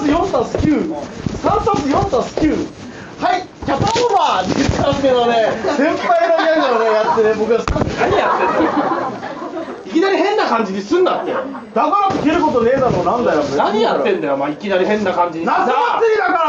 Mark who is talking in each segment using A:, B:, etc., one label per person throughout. A: 9、3足す4足す9。はい、キャパオーバーって言ってますけどね、先輩のギャグをね、やってね、僕はスタッフ何やってんのいきなり変な感じにすんなって。だからって蹴ることねえだろ、なんだよ。
B: 何やって
A: の
B: んだよ、お前いきなり変な感じに
A: 夏祭りだか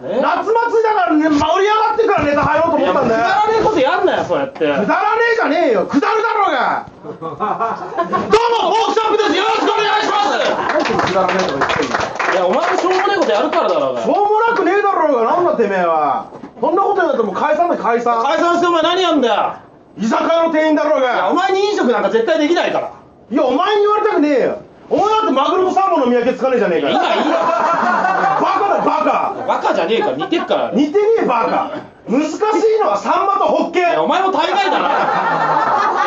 A: らだろ、
B: ね
A: 夏祭りだからね、盛り上がってからネタ入ろうと思
B: いや
A: っ
B: く
A: たん
B: だ
A: だよ。
B: らねえことやんなよ、そうやって
A: くだらねえじゃねえよ、くだるだろうが。どうも、モークショップです。よろしくお願いします。なんでくだらねえとか言ってんの
B: いや、お前もしょうもねえことやるからだろう
A: し
B: が
A: ょうもなくねえだろうが、なんだてめえは。そんなことになったらもう解散だ、解散。
B: 解散してお前何やんだよ
A: 居酒屋の店員だろう
B: いや
A: が
B: お。前に飲食なんか絶対できないから
A: いや、お前に言われたくねえよ。お前だってマグロとサーモンの見分けつかねえじゃねえかよ。
B: いやいやいや
A: バカだ、バカ。
B: バカじゃねえから似てっからい
A: 似てねえ、バカ。難しいのはサンマとホッケ。
B: やお前も大概だな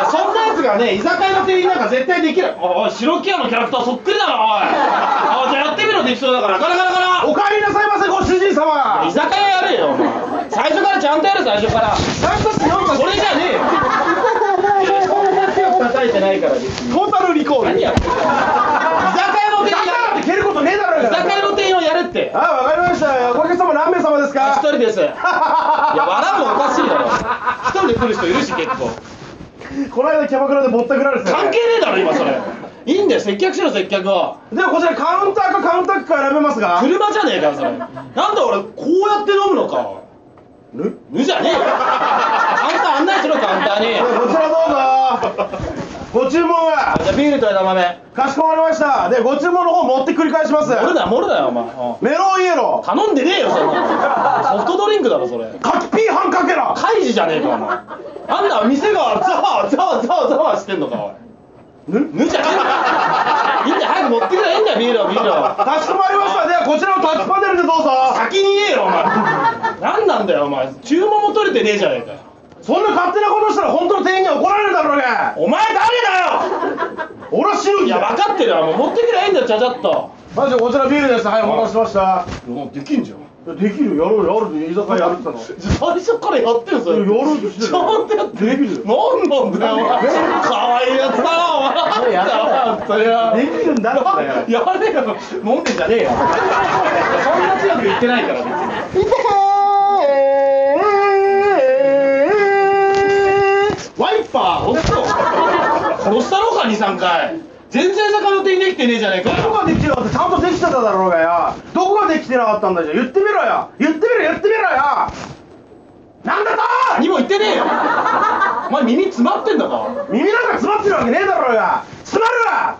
B: いやそんなやつがね居酒屋の店員なんか絶対できないおい白木屋のキャラクターそっくり だろおいあじゃあやってみろできそうだからガラガラガラ
A: お帰りなさいませ、ご主人様
B: 居。酒屋やれよお前最初からちゃんとやれ最初から
A: 三足す四足す
B: これじゃねえよそんな強く叩いてないからです
A: トータルリコール。
B: 何やってんだよ居酒屋の
A: だ
B: 店員
A: からって蹴ることねえだろう
B: 居
A: が
B: 酒屋の店員をやれって
A: あわかりましたおかげさま何名様です
B: あ一
A: か
B: 人 ですいや笑うのおかしいだろ一人で来る人いるし結構
A: この間キャバクラでぼったくられてた
B: 関係ねえだろ今それいいんだよ接客しろ接客を
A: ではこちらカウンターかカウンタックか選べますが
B: 車じゃねえかよそれなんで俺こうやって飲むのか
A: ぬこ
B: ぬじゃねえよあんた案内しろ簡単に
A: ちらどうぞご注文は
B: じゃあビールと枝豆
A: かしこまりましたでご注文の方持って繰り返します
B: モルだよモルだよお前うん
A: メロンイエロー
B: 頼んでねえよそんなのソフトドリンクだろそれ
A: 柿ピーハンかけら
B: 開示じゃねえかお前あんな店がざわざわざわざわしてんのかおい
A: ぬ
B: ぬじゃねえよいいんだよ早く持ってくれいいんだよビールをビールを
A: かしこまりましたではこちらのタッチパネルでどうぞ
B: 先に言えよお前何なんだよお前注文も取れてねえじゃねえかよ
A: そんな勝手なことしたら本当の店員には怒られるだろうが
B: お前誰だよ
A: 俺は死ぬん
B: いや
A: だ
B: 分かってるよもう持ってくりゃいいんだよちゃちゃっと
A: まずこちらビールですはいお待たせしました
B: できんじゃん
A: いやできるよやろうよやるって居酒屋やるってたの
B: 最初からやってるそれ
A: やろうとしてる
B: ちゃんとやって
A: できるよ
B: 何なんだよお前可愛いやつだなお前
A: やだ
B: それは
A: できるんだって
B: やれよ飲んでんじゃねえよそんな強く言ってないから別に
A: ワイパー
B: おっと殺したろうか23回全然魚手にできてねえじゃねえか
A: ど
B: よ
A: こができてなかったちゃんとできてただろうがよどこができてなかったんだじゃ言ってみろよ言ってみろ言ってみろよなんだと
B: 何も言ってねえよお前耳詰まってんだか
A: 耳なんか詰まってるわけねえだろうが詰まるわ